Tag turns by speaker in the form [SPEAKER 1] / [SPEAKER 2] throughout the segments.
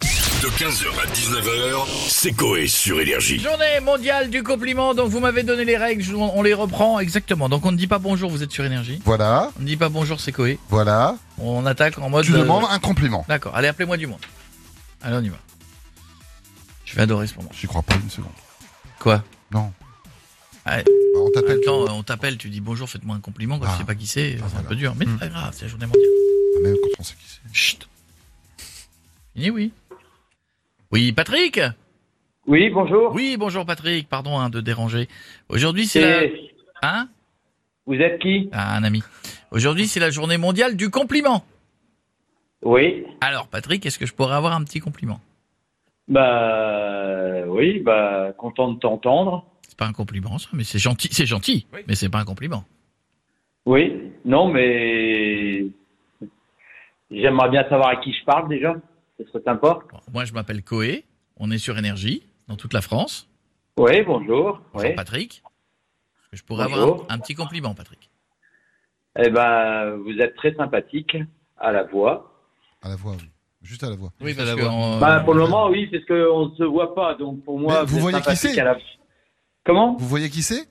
[SPEAKER 1] De 15h à 19h, c'est Coé sur Énergie.
[SPEAKER 2] Journée mondiale du compliment, donc vous m'avez donné les règles, je- on on les reprend exactement. Donc on ne dit pas bonjour, vous êtes sur énergie.
[SPEAKER 3] Voilà,
[SPEAKER 2] On ne dit pas bonjour, c'est Coé.
[SPEAKER 3] voilà.
[SPEAKER 2] On attaque en mode.
[SPEAKER 3] Tu
[SPEAKER 2] euh,
[SPEAKER 3] demandes un compliment.
[SPEAKER 2] D'accord, allez, appelez-moi du monde. Allez, on y va. Je vais adorer ce moment.
[SPEAKER 3] J'y crois pas une seconde.
[SPEAKER 2] Quoi
[SPEAKER 3] Non.
[SPEAKER 2] Ouais.
[SPEAKER 3] Bah, On
[SPEAKER 2] En
[SPEAKER 3] t'appelle.
[SPEAKER 2] même
[SPEAKER 3] tu
[SPEAKER 2] temps,
[SPEAKER 3] vois.
[SPEAKER 2] euh, on t'appelle, tu dis bonjour, faites-moi un compliment, quand
[SPEAKER 3] Ah.
[SPEAKER 2] tu sais pas qui c'est, c'est un
[SPEAKER 3] voilà. Hmm.
[SPEAKER 2] peu dur. Mais c'est pas grave, c'est la journée mondiale.
[SPEAKER 3] Ah, Même quand on sait qui c'est.
[SPEAKER 2] Chut Il dit oui. Oui, Patrick
[SPEAKER 4] Oui, bonjour.
[SPEAKER 2] Oui, bonjour Patrick, pardon hein, de déranger. Aujourd'hui, c'est la...
[SPEAKER 4] C'est-
[SPEAKER 2] Hein
[SPEAKER 4] Vous êtes qui
[SPEAKER 2] à un ami. Aujourd'hui, c'est la journée mondiale du compliment.
[SPEAKER 4] Oui.
[SPEAKER 2] Alors, Patrick, est-ce que je pourrais avoir un petit compliment
[SPEAKER 4] Bah oui, bah content de t'entendre.
[SPEAKER 2] C'est pas un compliment, ça, mais c'est gentil, c'est gentil, mais c'est pas un compliment.
[SPEAKER 4] Oui. Non, mais j'aimerais bien savoir à qui je parle déjà. Ce serait sympa.
[SPEAKER 2] Bon, moi, je m'appelle Coé, on est sur Énergie, dans toute la France.
[SPEAKER 4] Oui, bonjour.
[SPEAKER 2] Bonjour,
[SPEAKER 4] Oui.
[SPEAKER 2] Patrick. Est-ce que je pourrais avoir
[SPEAKER 4] Bonjour.
[SPEAKER 2] un, un petit compliment, Patrick
[SPEAKER 4] Eh ben, vous êtes très sympathique à la voix.
[SPEAKER 3] À la voix, oui. Juste à la voix.
[SPEAKER 2] Oui, parce que on-
[SPEAKER 4] Bah, pour le moment, oui, parce qu'on ne se voit pas, donc pour moi,
[SPEAKER 3] Mais vous
[SPEAKER 4] êtes
[SPEAKER 3] voyez qui
[SPEAKER 4] sympathique
[SPEAKER 3] c'est
[SPEAKER 4] à la- Comment
[SPEAKER 3] Vous voyez qui c'est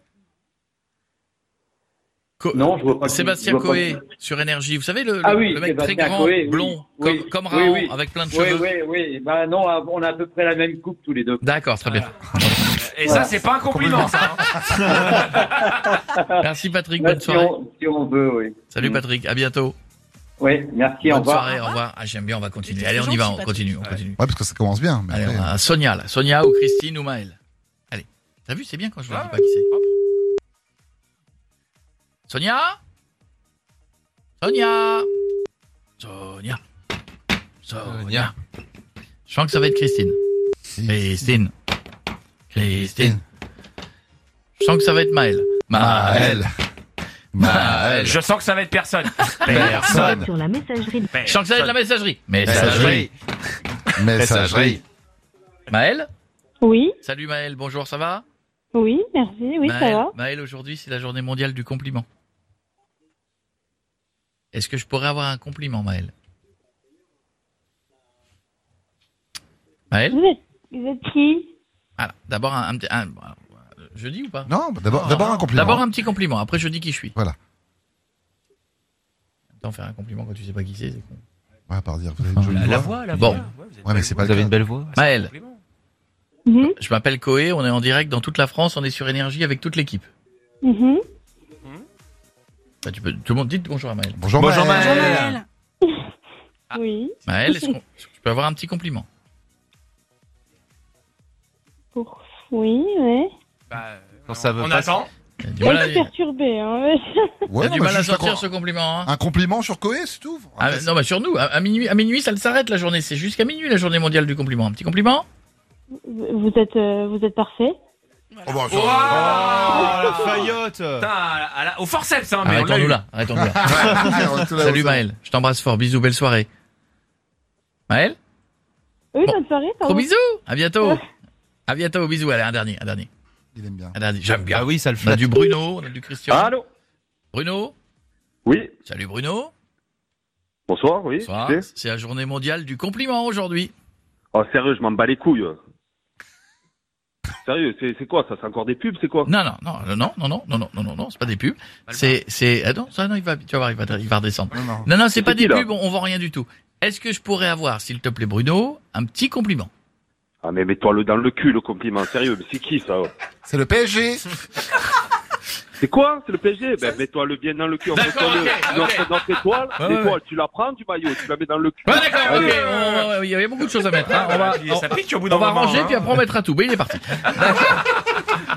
[SPEAKER 2] Co-
[SPEAKER 4] Non, je vois pas. qui- je
[SPEAKER 2] Sébastien
[SPEAKER 4] vois pas
[SPEAKER 2] Coé,
[SPEAKER 4] qui-
[SPEAKER 2] sur Énergie, vous savez, le, le-
[SPEAKER 4] Ah oui,
[SPEAKER 2] le mec
[SPEAKER 4] Sébastien
[SPEAKER 2] très grand,
[SPEAKER 4] Coé, oui.
[SPEAKER 2] blond,
[SPEAKER 4] Oui.
[SPEAKER 2] comme, comme
[SPEAKER 4] Oui,
[SPEAKER 2] Raon,
[SPEAKER 4] oui.
[SPEAKER 2] avec plein de
[SPEAKER 4] Oui,
[SPEAKER 2] cheveux.
[SPEAKER 4] oui, oui. Bah non, on a à peu près la même coupe tous les deux.
[SPEAKER 2] D'accord, très bien.
[SPEAKER 4] Ah,
[SPEAKER 5] Et ça, c'est pas un compliment, ça. hein.
[SPEAKER 2] Merci Patrick,
[SPEAKER 4] Ouais,
[SPEAKER 2] bonne
[SPEAKER 4] Bah, si,
[SPEAKER 2] soirée.
[SPEAKER 4] ah. on, si on veut, oui.
[SPEAKER 2] Salut
[SPEAKER 4] Mm.
[SPEAKER 2] Patrick, à bientôt.
[SPEAKER 4] Oui, merci, au
[SPEAKER 2] bonne
[SPEAKER 4] revoir.
[SPEAKER 2] soirée, au revoir. Ah, j'aime bien, on va continuer.
[SPEAKER 6] C'était
[SPEAKER 2] Allez, on y
[SPEAKER 6] gentil,
[SPEAKER 2] va, on
[SPEAKER 6] Patrick.
[SPEAKER 2] continue, on continue.
[SPEAKER 3] Ouais, parce que ça commence bien. Mais
[SPEAKER 2] Allez,
[SPEAKER 3] après,
[SPEAKER 2] on a Sonia là. Sonia ou Christine ou Maël. Allez. T'as vu, c'est bien quand je ne dis pas qui c'est. Sonia Sonia Sonia Sonia Je sens que ça va être Christine. Christine. Christine. Ah, Je sens que ça va être Maël.
[SPEAKER 3] Maël. Maël.
[SPEAKER 5] Je sens que ça va être personne.
[SPEAKER 3] Personne.
[SPEAKER 6] sur la messagerie
[SPEAKER 2] Je sens que ça va être la messagerie.
[SPEAKER 3] Messagerie. Messagerie.
[SPEAKER 2] Maël
[SPEAKER 7] Oui,
[SPEAKER 2] Salut Maël, bonjour, ça va
[SPEAKER 7] oui, merci, oui, ça
[SPEAKER 2] Maël,
[SPEAKER 7] va.
[SPEAKER 2] Maël, aujourd'hui, c'est la journée mondiale du compliment. Est-ce que je pourrais avoir un compliment, Maël Maël
[SPEAKER 7] Vous êtes, vous êtes qui
[SPEAKER 2] Ah, D'abord, un, un petit- un- euh, Je dis ou pas
[SPEAKER 3] Non, bah, d'abord d'abord un compliment.
[SPEAKER 2] Ah. D'abord, un petit compliment. Après, je dis qui je suis.
[SPEAKER 3] Voilà.
[SPEAKER 2] Attends, faire un compliment quand tu sais pas qui c'est, c'est con.
[SPEAKER 3] Ouais, par dire, vous avez une jolie
[SPEAKER 5] La
[SPEAKER 3] voix.
[SPEAKER 5] voix, la
[SPEAKER 2] Bon.
[SPEAKER 5] voix. Ouais, vous êtes
[SPEAKER 3] Ouais, mais
[SPEAKER 5] belle
[SPEAKER 3] c'est
[SPEAKER 5] voix.
[SPEAKER 3] pas le cas.
[SPEAKER 5] belle voix.
[SPEAKER 2] Maël.
[SPEAKER 7] Mhm,
[SPEAKER 2] Je m'appelle Coé, on est en direct dans toute la France, on est sur Énergie avec toute l'équipe.
[SPEAKER 7] mhm.
[SPEAKER 2] Bah, tu peux, tout le monde dit bonjour à Maël.
[SPEAKER 3] Bonjour,
[SPEAKER 5] Bonjour,
[SPEAKER 3] Maël.
[SPEAKER 5] Maël.
[SPEAKER 7] Oui,
[SPEAKER 2] Maël, est-ce qu'on- est-ce que tu peux avoir un petit compliment
[SPEAKER 7] pour... oui, ouais.
[SPEAKER 5] Quand ça veut Bah, on attend.
[SPEAKER 2] Il y a du
[SPEAKER 7] Pas
[SPEAKER 2] mal à-
[SPEAKER 7] suis perturbé, hein.
[SPEAKER 2] il y
[SPEAKER 3] Ouais,
[SPEAKER 2] a
[SPEAKER 3] non,
[SPEAKER 2] du
[SPEAKER 3] mais
[SPEAKER 2] mal à
[SPEAKER 3] juste un
[SPEAKER 2] sortir
[SPEAKER 3] com-
[SPEAKER 2] ce compliment. hein.
[SPEAKER 3] Un compliment sur Coé, c'est tout.
[SPEAKER 2] Ah,
[SPEAKER 3] Après,
[SPEAKER 2] non, mais sur nous, à, à minuit, à minuit, ça ne s'arrête la journée. C'est jusqu'à minuit la journée mondiale du compliment. Un petit compliment
[SPEAKER 7] Vous êtes, euh, vous êtes parfait.
[SPEAKER 3] oh, bon, ça-
[SPEAKER 8] Oh,
[SPEAKER 5] Oh, la
[SPEAKER 8] Fayotte
[SPEAKER 5] Au forceps, hein, mais on l'a
[SPEAKER 2] Arrêtons-nous
[SPEAKER 5] eu.
[SPEAKER 2] là. Arrêtons-nous là.
[SPEAKER 3] Ouais, tout là,
[SPEAKER 2] Salut
[SPEAKER 3] vous-
[SPEAKER 2] Maël, je t'embrasse fort. Bisous, belle soirée. Maël,
[SPEAKER 7] Oui,
[SPEAKER 2] Bon.
[SPEAKER 7] bonne soirée,
[SPEAKER 2] gros
[SPEAKER 7] pardon.
[SPEAKER 2] bisous. À bientôt. À bientôt, bisous. Allez, un dernier, un dernier.
[SPEAKER 3] Il aime bien.
[SPEAKER 2] Un dernier. J'aime bien.
[SPEAKER 8] Ah oui, ça le Ah.
[SPEAKER 2] On a
[SPEAKER 8] flatte.
[SPEAKER 2] du Bruno, on a du Christian.
[SPEAKER 9] Allô
[SPEAKER 2] Bruno
[SPEAKER 9] Oui,
[SPEAKER 2] Salut Bruno.
[SPEAKER 9] bonsoir, oui.
[SPEAKER 2] Bonsoir.
[SPEAKER 9] écoutez.
[SPEAKER 2] C'est la journée mondiale du compliment aujourd'hui.
[SPEAKER 9] Oh, sérieux, je m'en bats les couilles. Sérieux, c'est c'est quoi ça C'est encore des pubs, c'est quoi
[SPEAKER 2] Non, non, non, non, non, non, non, non, non, non, non, c'est pas des pubs. C'est, c'est, ah non, ça, non, il va, tu vas voir, il va, il va redescendre.
[SPEAKER 3] Non, non.
[SPEAKER 2] Non, non, c'est pas
[SPEAKER 9] qui,
[SPEAKER 2] des
[SPEAKER 9] là
[SPEAKER 2] pubs, on, on vend rien du tout. Est-ce que je pourrais avoir, s'il te plaît, Bruno, un petit compliment
[SPEAKER 9] Ah, mais mets-toi-le dans le cul, le compliment, sérieux, mais c'est qui ça
[SPEAKER 3] C'est le PSG.
[SPEAKER 9] C'est quoi C'est le PSG Ben, mets-toi-le bien dans le cul, on le une offre notre étoile,
[SPEAKER 2] Ouais, ouais,
[SPEAKER 9] l'étoile, tu la prends du maillot, tu la mets dans le cul.
[SPEAKER 2] Ouais, d'accord, ok.
[SPEAKER 9] Allez.
[SPEAKER 2] on- on- on- Il y avait beaucoup de choses à mettre. hein. On va,
[SPEAKER 5] Puis Ça pique au bout
[SPEAKER 2] on
[SPEAKER 5] d'un
[SPEAKER 2] va
[SPEAKER 5] moment.
[SPEAKER 2] ranger,
[SPEAKER 5] hein.
[SPEAKER 2] puis après on mettra tout. Mais il est parti.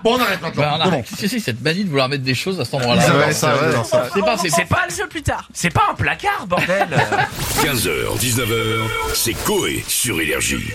[SPEAKER 3] Bon, on arrête maintenant.
[SPEAKER 2] Bah, on
[SPEAKER 3] Bon.
[SPEAKER 2] arrête. Qu'est-ce que c'est cette manie de vouloir mettre des choses à cet
[SPEAKER 3] Ils
[SPEAKER 2] endroit-là
[SPEAKER 3] adorent
[SPEAKER 8] ouais,
[SPEAKER 3] ça,
[SPEAKER 8] ouais.
[SPEAKER 3] ils adorent ça.
[SPEAKER 2] C'est pas, c'est- c'est-
[SPEAKER 5] C'est pas,
[SPEAKER 6] le plus tard.
[SPEAKER 5] c'est pas un placard, bordel.
[SPEAKER 1] 15h, 19h, c'est Coé sur Énergie.